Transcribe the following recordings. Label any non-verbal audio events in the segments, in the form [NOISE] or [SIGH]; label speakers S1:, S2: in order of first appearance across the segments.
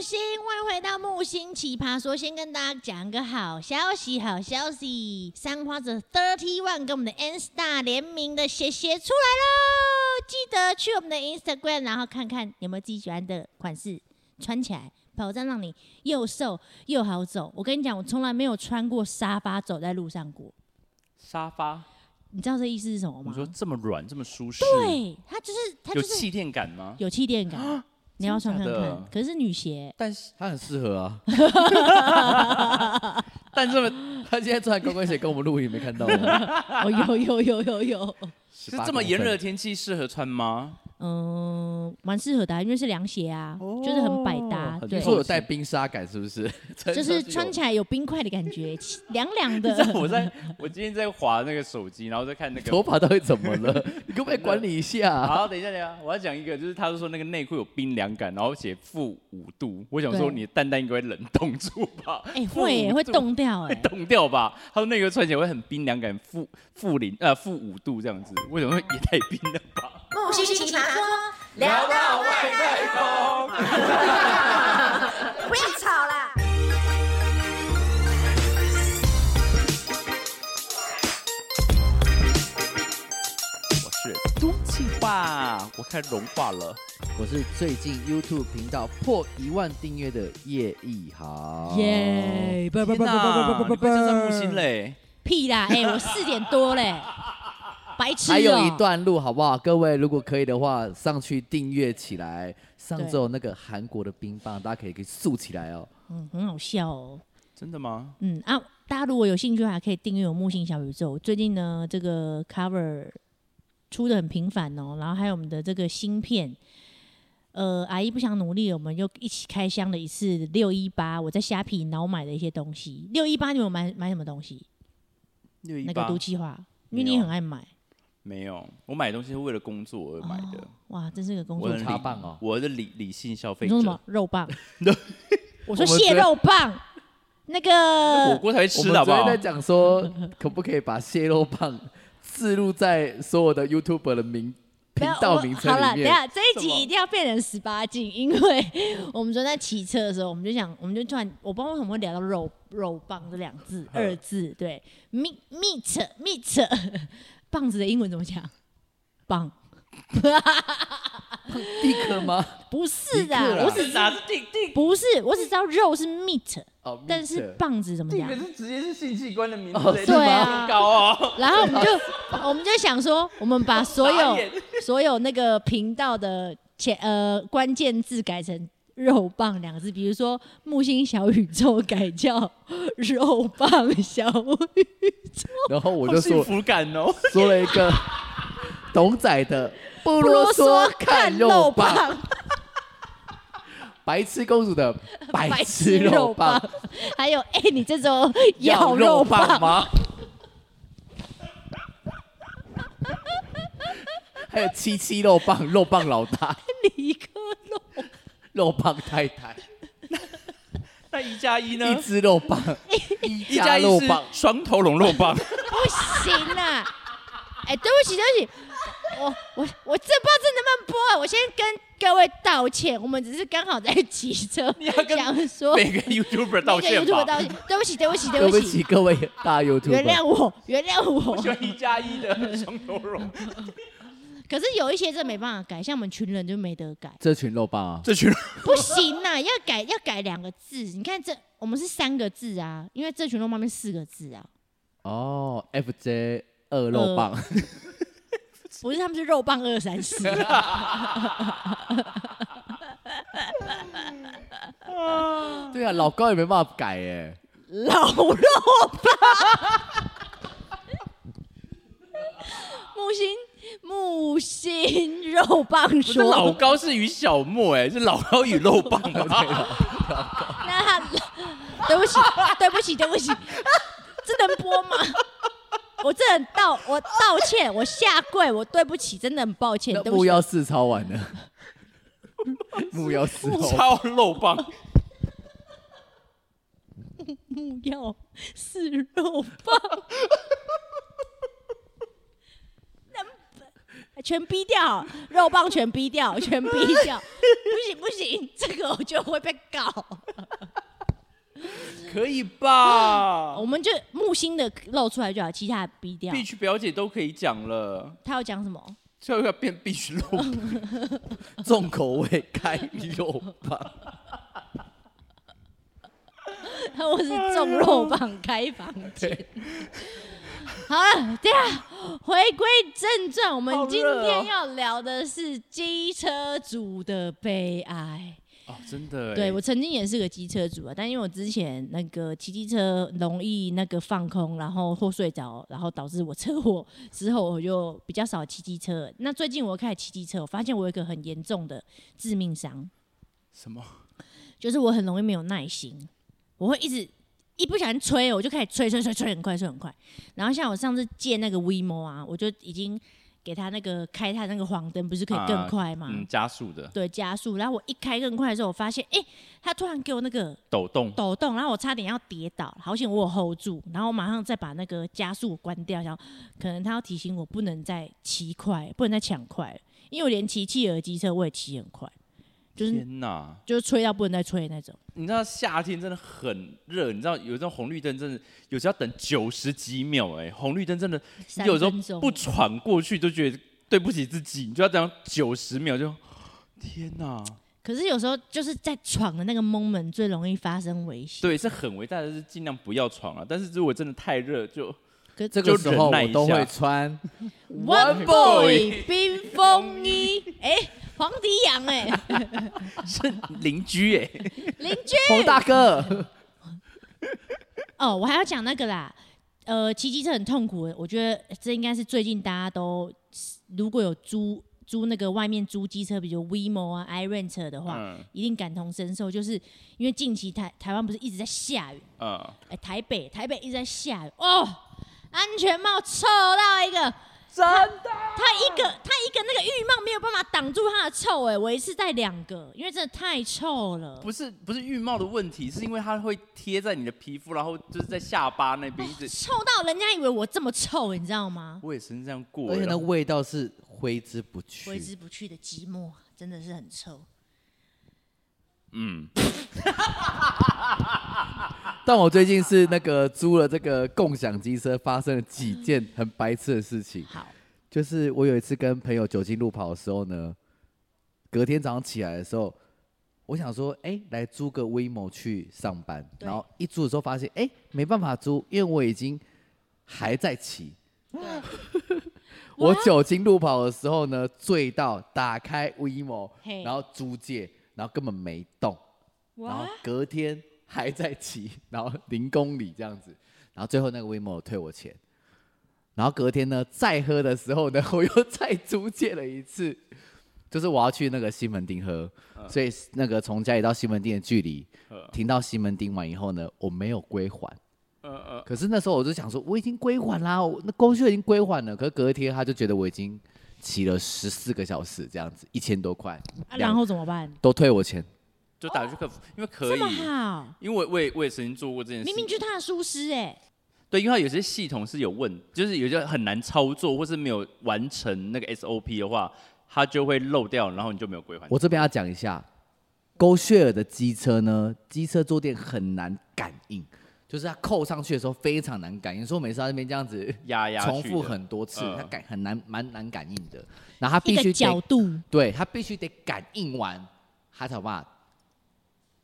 S1: 星，欢迎回到木星奇葩说。先跟大家讲个好消息，好消息！三花子 Thirty One 跟我们的 N Star 联名的鞋鞋出来喽！记得去我们的 Instagram，然后看看有没有自己喜欢的款式，穿起来保证让你又瘦又好走。我跟你讲，我从来没有穿过沙发走在路上过。
S2: 沙发，
S1: 你知道这意思是什么
S2: 你
S1: 吗？
S2: 说这么软，这么舒适，
S1: 对，它就是它
S2: 有
S1: 就是
S2: 气垫感吗？
S1: 有气垫感，你要穿看
S2: 真的假
S1: 看
S2: [LAUGHS] 的。
S1: 可是女鞋，
S2: 但是
S3: 他很适合啊。
S1: [LAUGHS]
S3: 但这么，他今天穿高跟鞋跟我们录影没看到
S1: [LAUGHS]
S3: 吗？
S1: 哦有有有有有，
S2: 是
S3: 是
S2: 这么炎热的天气适合穿
S3: [LAUGHS]
S2: 吗？
S1: 嗯，蛮适合的啊、因为是凉鞋啊，就是很百搭，
S3: 哦很
S1: 对
S3: 你，说有带冰沙感是不是？
S1: [LAUGHS] 就是穿起来有冰块的感觉，起凉凉
S2: 你知道
S3: [LAUGHS]
S1: 的。
S2: 我在，我今天在划那个手机，然后在看那个。
S3: 头发到底怎么了？你可不可以管理一
S1: [LAUGHS]
S3: 下、
S2: 好，等一下，等一下，我要讲一个，就是他说那个内裤有冰凉感，然后写负五度，我想说
S1: 对
S2: 你的蛋蛋应该会冷冻住吧？
S1: 哎、会耶、
S2: 负五
S1: 会
S2: 度
S1: 冻掉
S3: [LAUGHS]
S1: 哎、
S2: [LAUGHS] 冻掉吧？他说那个穿起来会很冰凉感，负负零呃负五度这样子，为什么也太冰了吧？
S4: 木星奇葩说，聊到外太空，不要吵啦！
S2: 我是毒气吧，我开始融化了。
S3: 我是最近 YouTube 频道破一万订阅的叶一豪。
S1: 耶！
S3: 哦
S1: 不不不
S2: 天
S1: 不
S2: 哪，
S1: 不不不
S2: 你
S1: 不
S2: 快站上木
S1: 不
S2: 星嘞！
S1: 屁啦！哎、我四点多嘞，白痴、哦
S3: 还有一段路，好不好？各位，如果可以的话，上去订阅起来。上
S1: 对
S3: 周那个韩国的冰棒，大家可以给竖起来哦。
S1: 嗯，很好笑哦。
S2: 真的吗？
S1: 嗯啊，大家如果有兴趣，还可以订阅我木星小宇宙。最近呢，这个 cover 出的很频繁哦，然后还有我们的这个芯片。呃，阿姨不想努力了，我们又一起开箱了一次六一八，我在虾皮脑买的一些东西。六一八，你有买买什么东西？
S2: 六一
S1: 那个
S2: 八
S1: 毒气化，因为
S2: 没
S1: 你
S2: 有
S1: 很爱买。
S2: 没有，我买东西是为了工作而买的。
S1: 哦哇，真是个工
S2: 我
S1: 作
S2: 很
S1: 狂。
S3: 插棒哦
S2: 我的理理性消费
S1: 你
S2: 者
S1: 说什，么肉
S2: [LAUGHS]
S1: 棒？我说
S3: 我们
S1: 蟹
S3: 昨
S1: 肉棒，那个
S2: 火锅才会
S3: 我
S2: 吃
S3: 们
S2: 的好不
S3: 昨天
S2: 好
S3: 在？讲说，可不可以把蟹肉棒置入在所有的 YouTuber 的名
S1: 不
S3: 频
S1: 要
S3: 道
S1: 我
S3: 名称
S1: 好了，
S3: 里
S1: 等一
S3: 面？
S1: 下这一集一定要变成十八禁，因为
S3: [LAUGHS]
S1: 我们昨天在骑车的时候，我们就想，我们就突然，我不知道为什么会聊到肉肉棒这两字二字，对，meat meat meat，棒 [LAUGHS] 子的英文怎么讲？棒
S3: 立刻吗？
S1: 不是
S3: 一克啊
S1: 的，
S3: 啦
S1: 我只
S2: 哪是定定？
S1: 不是，我只知道肉是 meat，
S3: [LAUGHS] 哦，
S1: 但是
S3: Mr.
S1: 棒子怎么
S2: 定
S1: 讲
S2: 可？是直接是性器官的名字
S3: 哦
S2: 欸，
S3: 是
S2: 这
S1: 对啊
S2: 很高哦。
S1: 然后我们就我们就想说，我们把所有
S2: 傻眼
S1: [LAUGHS] 所有那个频道的前呃关键字改成“肉棒”两个字，比如说木星小宇宙改叫“肉棒小宇
S3: 然后我
S2: 我
S3: 就
S2: 幸
S3: 说
S2: 福感哦，
S3: 说了一个董仔的不啰嗦看肉棒，”，白痴公主的白
S1: 白
S3: 痴
S1: 痴肉
S3: 肉棒
S1: 棒，还有哎、你这周
S3: 要
S1: 肉
S3: 肉棒？吗？ [LAUGHS] 还有七七肉棒，肉棒老大，
S1: 一颗肉
S3: 肉棒太太，
S2: 那一加一呢
S3: 一？只肉棒，
S2: 一
S3: 一加
S2: 加
S3: 肉
S2: 一是
S3: 棒
S2: 双头龙肉 [LAUGHS] 棒，
S1: 不行啦！哎、对不起，对不起，我我我这不知道这能不能播、啊，我先跟各位道歉，我们只是刚好在骑车
S2: [LAUGHS] 你要，跟
S1: 想说
S2: 每个 YouTuber 道
S1: 每个
S2: 歉
S1: YouTube
S2: 吧。
S1: 道歉，对不起，对不起，
S3: 对
S1: 对
S3: 不
S1: 不
S3: 起
S1: 起，
S3: 各位大 YouTube，
S1: 原谅我，原谅我
S2: 我。喜欢一加一的双头龙，
S1: 可是有一些真没办法改，像我们群人就没得改，
S3: 这群肉棒啊，
S2: 这群
S1: 不行呐、要改要改两个字，你看这我们是三个字啊，因为这群人旁边四个字啊，
S3: 哦，FJ 二肉棒，
S1: 不是他们是肉棒二三四。
S3: [LAUGHS] 对啊，老高也没办法改哎，
S1: 老肉吧。木星木星肉棒
S2: 不是老
S1: 说，
S2: 高是与小莫，哎，是老高与肉棒啊吧？ [LAUGHS]
S1: 那他对不起， [LAUGHS] 对不起，对不起，这能播吗？ [LAUGHS] 我真的很道，我道歉，我下跪，我对不起，真的很抱歉，
S3: 那
S1: 对不
S3: 木
S1: 起。
S3: 曜四超完了，木曜四
S1: [LAUGHS]
S2: 啊
S3: 肉棒
S2: 超肉棒，
S1: 木曜是肉棒，能全逼掉，肉棒全逼掉，全逼掉，不行不行，这个我觉得会被告。
S2: 可以吧
S1: 我们就木星的露出来就好，其他的逼掉。
S2: ？Beach 表姐都可以讲了，
S1: 他要讲什么？
S2: 最后要变 Beach 肉，
S1: [LAUGHS]
S3: 重口味开肉棒，
S1: 我是重肉棒开房间。好了，对啊，回归正传，我们今天要聊的是机车族的悲哀。
S2: 哦，真的，
S1: 对我，曾经也是个机车族啊，但因为我之前那个骑机车容易那个放空，然后或睡着，然后导致我车祸之后，我就比较少骑机车。那最近我又开始骑机车，我发现我有一个很严重的致命伤，
S2: 什么？
S1: 就是我很容易没有耐心，我会一直一不小心吹，我就开始吹吹吹吹很快吹很快。然后像我上次借那个 WeMo 啊，我就已经给他那个开他那个黄灯，不是可以更
S2: 啊
S1: 快吗？
S2: 嗯，加速的
S1: 对，加速。然后我一开更快的时候，我发现，哎、他突然给我那个
S2: 抖动，
S1: 抖动，然后我差点要跌倒，好险我有 hold 住，然后我马上再把那个加速关掉，然后可能他要提醒我不能再骑快，不能再抢快了，因为我连骑汽油机车我也骑很快，就是
S2: 天哪！
S1: 就是吹到不能再吹的那种。
S2: 你知道夏天真的很热，你知道有这种红绿灯真的有时候要等九十几秒、哎，红绿灯真的
S1: 三
S2: 有时
S1: 分
S2: 候
S1: 钟
S2: 不闯过去都觉得对不起自己，你就要等九十秒就，天哪！
S1: 可是有时候就是在闯的那个 moment 最容易发生危险。
S2: 对，是很伟大的，是尽量不要闯了、但是如果真的太热，
S1: [LAUGHS]
S2: 就
S1: 可是
S3: 这个时候
S2: 就忍耐
S3: 我
S2: 一下
S3: 都会穿
S1: One Boy 冰风衣，哎、黄迪阳、
S2: [LAUGHS]
S1: 哎，
S2: 是邻居哎、
S1: [LAUGHS] 邻居。
S3: 黄大哥，
S1: 哦，我还要讲那个啦，呃，骑机车很痛苦，我觉得这应该是最近大家都如果有租租那个外面租机车，比如 WeMo 啊、iRent 的话，
S2: 嗯
S1: 一定感同身受，就是因为近期台台湾不是一直在下雨，
S2: 嗯，
S1: 哎、台北台北一直在下雨哦，安全帽臭到一个。
S3: 真
S1: 他一个他一个那个浴帽没有办法挡住他的臭哎、我一次戴两个，因为真的太臭了。
S2: 不是不是浴帽的问题，是因为它会贴在你的皮肤，然后就是在下巴那边一直。
S1: 臭到人家以为我这么臭，你知道吗？
S2: 我也曾这样过，
S3: 而且那
S2: 然后
S3: 味道是挥之不去。
S1: 挥之不去的寂寞，真的是很臭。
S2: 嗯，
S3: 但我最近是那个租了这个共享机车，发生了几件很白痴的事情。
S1: 好，
S3: 就是我有一次跟朋友酒精路跑的时候呢，隔天早上起来的时候，我想说，哎、来租个 WeMo 去上班。
S1: 对
S3: 然后一租的时候发现，哎、没办法租，因为我已经还在骑。我酒精路跑的时候呢，醉到打开 WeMo，
S1: 嘿
S3: 然后租借，然后根本没动。然后
S1: 哇，
S3: 隔天还在骑，然后零公里这样子，然后最后那个 WeMo 退我钱，然后隔天呢再喝的时候呢，我又再租借了一次，就是我要去那个西门町喝，所以那个从家里到西门町的距离，停到西门町完以后呢，我没有归还。可是那时候我就想说，我已经归还啦，我那公司已经归还了。可是隔天他就觉得我已经骑了十四个小时，这样子一千多块，
S1: 啊
S3: 两
S1: 然后怎么办？
S3: 都退我钱。
S2: 就打去客服，因为可
S1: 这
S2: 以，
S1: 么好，
S2: 因为我我也我也曾经做过这件事
S1: 明
S2: 情，
S1: 明就是他的疏失哎，
S2: 对，因为它有些系统是有问，就是有些很难操作，或是没有完成那个 SOP 的话，它就会漏掉，然后你就没有归还。
S3: 我这边要讲一下，勾血尔的机车呢，机车坐垫很难感应，就是它扣上去的时候非常难感应，所以我每次在那边这样子
S2: 压压
S3: 重
S2: 去
S3: 复
S2: 的
S3: 很多次，
S2: 嗯
S3: 它感很难蛮难感应的。然后它
S1: 一
S3: 必
S1: 个
S3: 须
S1: 角
S3: 得，
S1: 度
S3: 对，它必须得感应完，它才有办法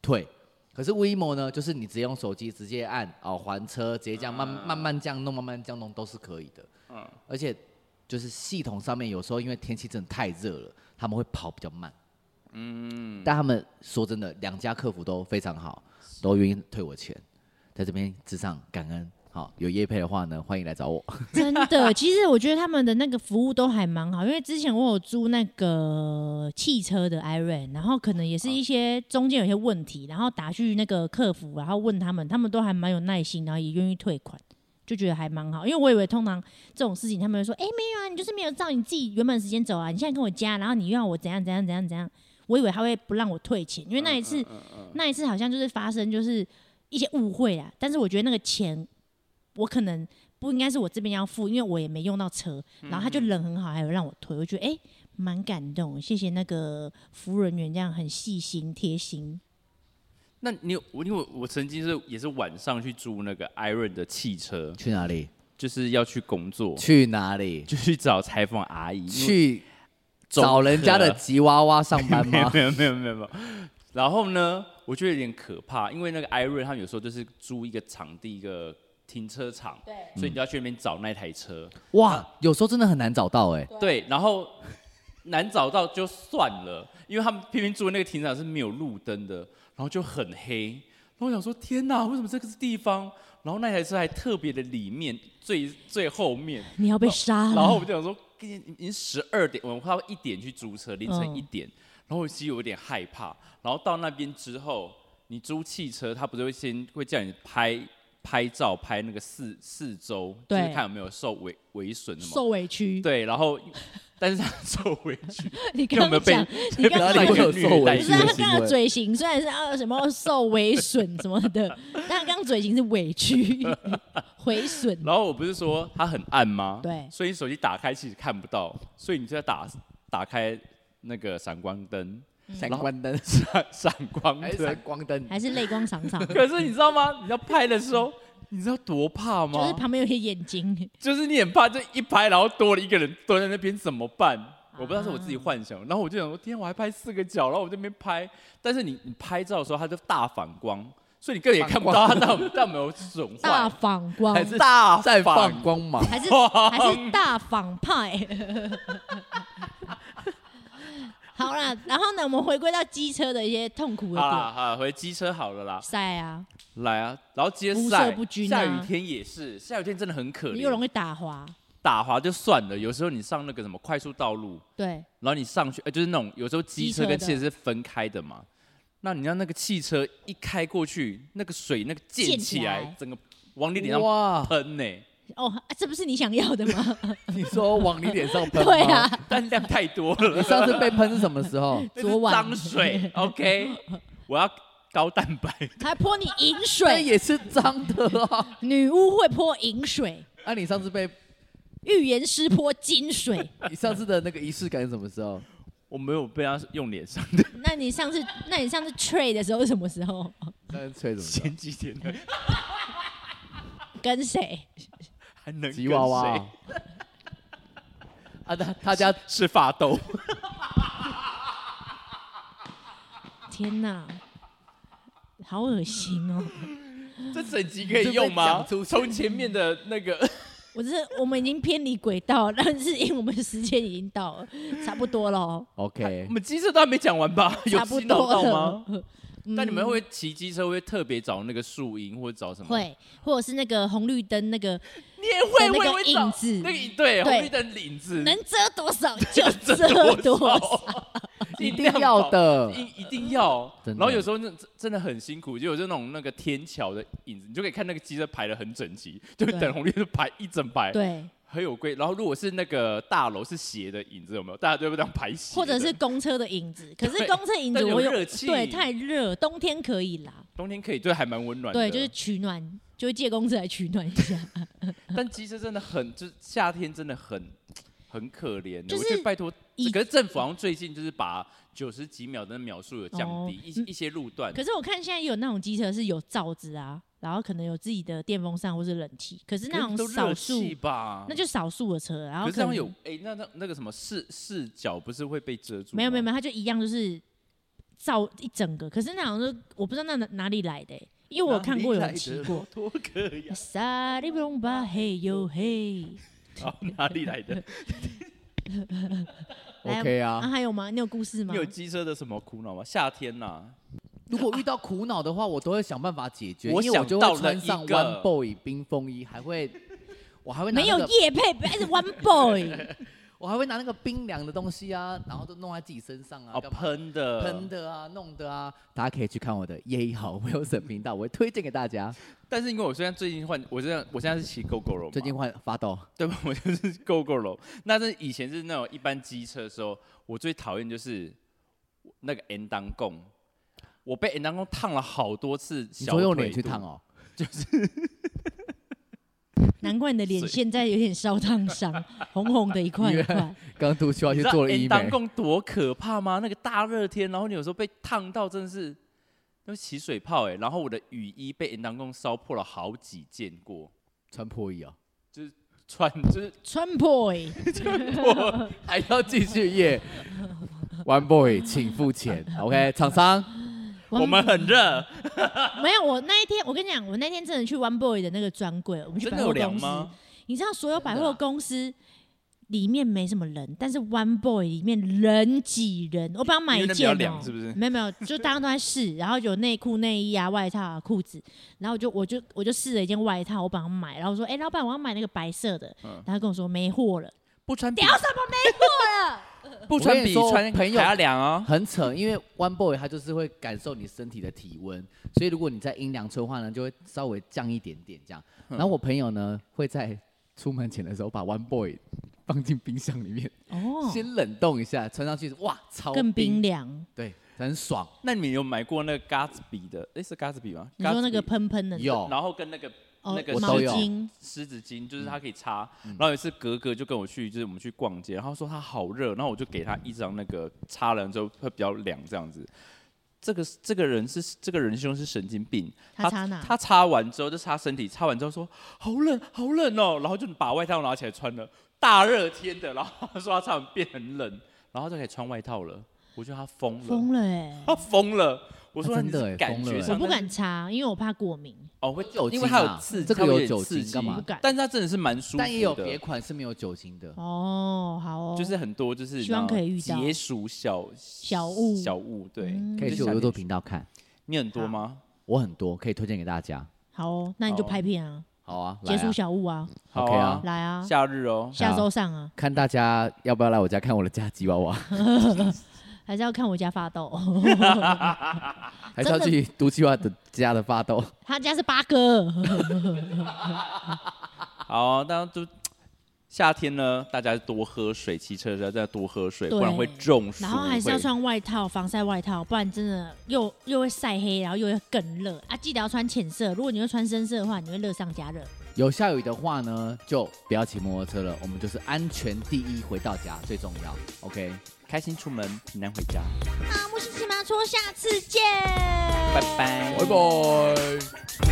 S3: 退。可是 WeMo 呢，就是你直接用手机直接按哦还车，直接这样慢、慢慢这样弄，慢慢这样弄都是可以的。嗯，而且就是系统上面有时候因为天气真的太热了，他们会跑比较慢。嗯，但他们说真的，两家客服都非常好，都愿意退我钱，在这边致上感恩。好，有业配的话呢，欢迎来找 [LAUGHS] 我。
S1: 真的，其实我觉得他们的那个服务都还蛮好，因为之前我有租那个汽车的 Iron，然后可能也是一些中间有些问题，然后打去那个客服，然后问他们，他们都还蛮有耐心，然后也愿意退款，就觉得还蛮好。因为我以为通常这种事情他们会说，哎、没有啊，你就是没有照你自己原本时间走啊，你现在跟我加，然后你又要我怎样怎样怎样怎样，我以为他会不让我退钱，因为那一次、那一次好像就是发生就是一些误会啊，但是我觉得那个钱我可能。不应该是我这边要付，因为我也没用到车。然后他就人很好，还有让我推，我觉得哎，诶蛮、感动。谢谢那个服务人员，这样很细心贴心。
S2: 那你有我因为我曾经是也是晚上去租那个 Iron 的汽车，
S3: 去哪里？
S2: 就是要去工作，
S3: 去哪里？
S2: 就去找裁缝阿姨，因为
S3: 去
S2: 中
S3: 找人家的
S2: 和
S3: 吉娃娃上班 [LAUGHS]
S2: 没有
S3: 吗？
S2: 没有没有没有没有。然后呢，我觉得有点可怕，因为那个艾瑞他们有时候就是租一个场地一个停车场，
S1: 对，
S2: 所以你就要去那边找那台车。
S3: 哇，有时候真的很难找到哎、
S2: 对，然后难找到就算了，因为他们偏偏租的那个停车场是没有路灯的，然后就很黑。然后我想说，天哪，为什么这个地方？然后那台车还特别的里面最最后面，
S1: 你要被杀
S2: 然后
S1: 了，
S2: 我们就想说，今天已经十二点，我们快要一点去租车，凌晨
S1: 嗯
S2: 一点。然后我其实有点害怕。然后到那边之后，你租汽车，他不是会先会叫你拍拍照，拍那个四四周，就是
S1: 对
S2: 看有没有受围围损的嘛。
S1: 受委屈。
S2: 对，然后但是他受委屈，
S1: [LAUGHS] 你
S2: 因为
S1: 刚
S2: 我们
S1: 刚
S2: 被
S1: 讲，你刚
S3: 然
S1: 刚
S3: 后
S2: 被
S1: 讲
S3: 你会有
S2: 被
S3: 受
S2: 虐待
S3: 委
S1: 不
S3: 屈
S1: 是他
S3: 的行
S1: 刚刚
S3: 为。
S1: 嘴型虽然是啊什么受委损什么的，但他刚刚嘴型是委屈毁损。
S2: 然后我不是说它很暗吗？
S1: 对
S2: 所以你手机打开其实看不到，所以你就要打打开那个闪光
S1: [LAUGHS]
S2: 灯，
S3: 嗯闪光灯，
S2: 闪闪光
S3: 还是
S2: 灯
S3: 闪。光灯？
S1: 还是泪光闪闪，
S2: 可是你知道吗？你要拍的时候，你知道多怕吗？
S1: 就是旁边有一些眼睛。
S2: 就是你很怕，就一拍，然后多了一个人蹲在那边怎么办？
S1: 啊
S2: 我不知道是我自己幻想，然后我就想说，天，我还拍四个角，然后我这边拍，但是你你拍照的时候，它就大反光，所以你根本也看不到它到底到底有没有损
S1: 大
S2: 坏，
S1: 反光，
S3: 还是
S2: 大反
S3: 绽放光芒？ [LAUGHS]
S1: 还是
S2: 哇
S1: 还是大反派。 [LAUGHS] 好啦，然后呢，我们回归到机车的一些痛苦的
S2: 好
S1: 点，
S3: 啊
S2: 啦好啦，回机车好了啦，
S1: 晒啊，
S2: 来啊，然后接
S1: 肤
S2: 晒，
S1: 色不均啊
S2: 下雨天也是，下雨天真的很可
S1: 你又容
S2: 怜，
S1: 易打滑，
S2: 打滑就算了，有时候你上那个什么快速道路，
S1: 对，
S2: 然后你上去，呃，就是那种有时候机车跟
S1: 机车的
S2: 汽车是分开的嘛。那你让那个汽车一开过去，那个水那个溅
S1: 溅
S2: 起
S1: 起
S2: 来
S1: 来，
S2: 整个往你脸上
S3: 哇！
S2: 喷呢、
S1: 哦，啊这不是你想要的吗？
S3: [LAUGHS] 你说往你脸上喷吗？
S1: 对啊，
S2: 但量太多
S3: 你 [LAUGHS]
S2: 了，
S3: 上次被喷是什么时候？
S2: 那是
S1: 昨晚
S2: 脏 [LAUGHS] 水。OK，我要高蛋白。
S1: 还泼你饮
S3: 那
S1: 水，
S3: 哎也是脏的啊！
S1: 女巫会泼饮水，
S3: 啊，你上次被
S1: 预言师泼金水。
S3: 你上次的那个仪式感是什么时候？
S2: 我没有被他用脸上的，
S1: 那你上次，那你上次 trade 的时候是什么时候？
S3: 那是吹什么时候？
S2: 前几天的
S1: 跟谁？
S2: 还能
S3: 吉娃娃
S2: 跟
S3: 啊
S2: 谁？
S3: 啊，他他 [LAUGHS] 家
S2: 是发豆，
S1: 天哪，好恶心哦！
S2: 这整集可以用吗
S3: 这被讲出？
S2: 从前面的那个， [LAUGHS]
S1: 我这我们已经偏离轨道，但是因为我们时间已经到了，差不多了哦，
S3: OK
S2: 我。们机车都还没讲完吧？有
S1: 差不
S2: 洗脑
S1: 多
S2: 到吗
S1: 了？。嗯
S2: 但你们会骑机车会特别找那个树荫或者找什
S1: [LAUGHS]
S2: 么？，
S1: 会，或者是那个红绿灯那个
S2: 你也
S1: 的
S2: 会
S1: 那
S2: 会
S1: 个
S2: 会找
S1: 影子
S2: 那个
S1: 对
S2: 对红绿灯影子， [LAUGHS]
S1: 能遮多少就
S2: 这
S1: 遮多
S2: 多
S1: 少，
S2: 少，
S3: 一定要的
S2: 一一定要。
S3: 真的
S2: 然后有时候那真的很辛苦，就有那种那个天桥的影子，你就可以看那个机车排的很整齐，就
S1: 对
S2: 等红绿灯排一整
S1: [LAUGHS]
S2: 排，
S1: 对，
S2: 很有规。然后如果是那个大楼是斜的影子，有没有？大家都会这样排斜的，
S1: 或者是公车的影子。可是
S2: [LAUGHS] 对
S1: 公车影
S2: 但
S1: 子
S2: 有
S1: 我有
S2: 热气
S1: 对太热，冬天可以啦，
S2: 冬天可以，对，还蛮温暖的。
S1: 对，就是取暖，就会借公车来取暖一下。 [LAUGHS]
S2: 但机车真的很，就是夏天真的很很可怜的。
S1: 就是
S2: 我觉得拜托
S1: 以，
S2: 可是政府好像最近就是把九十几秒的秒数有降
S1: 哦
S2: 低，一一些路段。
S1: 可是我看现在有那种机车是有罩子啊，然后可能有自己的电风扇或是冷气，可是那
S2: 可
S1: 种
S2: 是都
S1: 少
S2: 热
S1: 数
S2: 气吧，
S1: 那就少数的车，然后
S2: 可是这样
S1: 能
S2: 有哎、那那那个什么视视角不是会被遮住吗？
S1: 没有没有没有，它就一样就是照一整个，可是那好像是我不知道那哪哪里来的欸、因为我看过有人骑过。
S2: 多可
S1: [LAUGHS]
S2: 以啊，
S1: 萨利隆巴嘿哟嘿，
S2: 然后哦哪里来
S1: [LAUGHS]
S2: 的？
S1: 来
S3: OK
S1: 啊
S3: 啊，
S1: 还有吗？你有故事吗
S2: 你？有机车的什么苦恼吗？夏天呐、啊
S3: 如果遇到苦恼的话，我都会想办法解决，
S2: 我
S3: 因为我
S2: 想
S3: 就
S2: 到
S3: 会
S2: 了
S3: 穿
S2: 一
S3: 上
S2: 个
S3: One Boy 冰风衣，还会我还会拿
S1: 没有
S3: 那个
S1: 叶配，不要是 One
S2: [LAUGHS]
S1: Boy，
S3: 我还会拿那个冰凉的东西啊，然后都弄在自己身上啊，
S2: 哦，
S3: 干嘛
S2: 喷的
S3: 喷。的啊，弄的啊，大家可以去看我的耶一好 w i l s 频道，我会推荐给大家。
S2: 但是因为我虽然最近换，我这样我现在是骑 GoGo 了嘛，
S3: 最近换发抖，
S2: 对吧？我就是 [LAUGHS] GO GO 楼。那是以前是那种一般机车的时候，我最讨厌就是那个 N 当贡，我被 N 当贡烫了好多次
S3: 你
S2: 小
S3: 说
S2: 腿
S3: 用脸去烫
S2: 哦，
S3: 哦，
S1: 难怪你的脸
S2: 水
S1: 现在有点烧烫伤，红红的一块一
S2: [LAUGHS]
S1: 块。
S3: 刚读书要
S2: 你
S3: 去
S2: 知道
S3: 做了医
S2: 当
S3: 美，
S2: 共多可怕吗？那个大热天，然后你有时候被烫到，真的是那起水泡哎、然后我的雨衣被当共烧破了好几件过，
S3: 穿破衣哦，
S2: 穿就是
S1: 川 boy，
S3: 还要继续耶。One boy，请付钱，OK？厂商
S2: 我们很热，
S1: 没有我那一天，我跟你讲，我那天真的去 One Boy 的那个专柜，我们去
S2: 真
S1: 百
S2: 的
S1: 货
S2: 有凉
S1: 公司，
S2: 吗？
S1: 你知道所有百
S3: 真的
S1: 货
S3: 啊
S1: 公司里面没什么人，但是 One Boy 里面人挤人。我帮他买
S2: 因
S1: 一
S2: 为那比
S1: 件
S2: 较
S1: 哦、
S2: 凉是不是
S1: 没有没有，就大家都在试，然后有内裤、内衣啊、外套啊、裤子，然后我就我就我就试了一件外套，我帮他买，然后我说：“哎、老板，我要买那个白色的。
S2: 嗯
S1: 然后他跟我说：“没货了。
S2: 不穿比
S1: 屌什么没货了？ [LAUGHS]
S2: 不
S3: 我
S2: 穿
S3: 跟你
S2: 比
S3: 说
S2: 穿
S3: 朋友
S2: 还要凉啊！
S3: 很扯，因为 One boy 他就是会感受你身体的体温，所以如果你在阴凉处的话呢，就会稍微降一点点这样。然后我朋友呢会在出门前的时候把 One boy 放进冰箱里面，
S1: 哦，
S3: 先冷冻一下，穿上去哇超
S1: 更冰
S3: 冰，
S1: 凉。
S3: 对，很爽。
S2: 那你们有买过那个嘎子比的？诶，是嘎子比吗？
S1: 你说那个
S2: Gatsby，
S1: 喷喷的那个
S3: 有
S2: 然后跟那个
S1: 哦
S2: 那个
S3: 我
S1: 毛
S3: 都有
S1: 巾，
S2: 湿纸巾，就是它可以擦。
S1: 嗯
S2: 然后有一次格格就跟我去，就是我们去逛街，然后说她好热，然后我就给她一张那个擦了之后会比较凉这样子。这个这个人是这个仁兄是神经病，
S1: 他擦哪？
S2: 他擦完之后就擦身体，擦完之后说好冷好冷哦，然后就把外套拿起来穿了，大热天的，然后他说他擦完变很冷，然后就可以穿外套了。我觉得他疯了，
S1: 疯了哎、
S2: 他疯了。我说
S3: 他真
S2: 你是
S3: 的欸
S2: 感
S3: 疯了
S2: 觉
S3: 欸
S2: 上
S1: 我不
S2: 但是
S1: 敢擦，因为我怕过敏。
S2: 哦，会
S3: 酒
S2: 因为
S3: 精
S2: 它有
S3: 啊
S2: 刺激，
S3: 这个
S2: 它会
S3: 有
S2: 点
S3: 酒
S2: 刺
S3: 精干
S2: 激
S3: 嘛
S1: 不敢
S2: 但是它真的是蛮舒服的，
S3: 但也有别款是没有酒精的，
S1: 哦，好哦，
S2: 就是很多就是
S1: 希望可以遇到
S2: 解暑小
S1: 小物
S2: 小物，对，
S1: 嗯
S3: 可以去
S2: 就
S3: 我
S2: 夏天
S3: 优多频道看，
S2: 你很多吗？
S3: 我很多可以推荐给大家。
S1: 好哦，那你就
S2: 好
S1: 拍片啊，
S3: 好啊，来
S1: 结
S3: 啊
S1: 束小物啊，
S2: 好
S3: OK 啊
S1: 来啊，
S2: 夏日哦，
S1: 下周上啊，
S3: 看大家要不要来我家看我的家吉娃娃，
S1: 还是要看我家发豆， [LAUGHS]
S3: 还是要
S1: 真
S3: 去毒气娃的家的发豆？
S1: 他家是八哥，
S2: 好啊，当然就夏天呢，大家多喝水，骑车的时候再多喝水，
S1: 对
S2: 不然会中暑。
S1: 然后还是要
S2: 会
S1: 穿外套，防晒外套，不然真的又又会晒黑，然后又会更热啊！记得要穿浅色，如果你会穿深色的话，你会热上加热。
S3: 有下雨的话呢，就不要骑摩托车了，我们就是安全第一，回到家最重要。OK，
S2: 开心出门，平安回家，
S1: 好，木星奇葩说，下次见，
S2: 拜拜。
S3: 拜。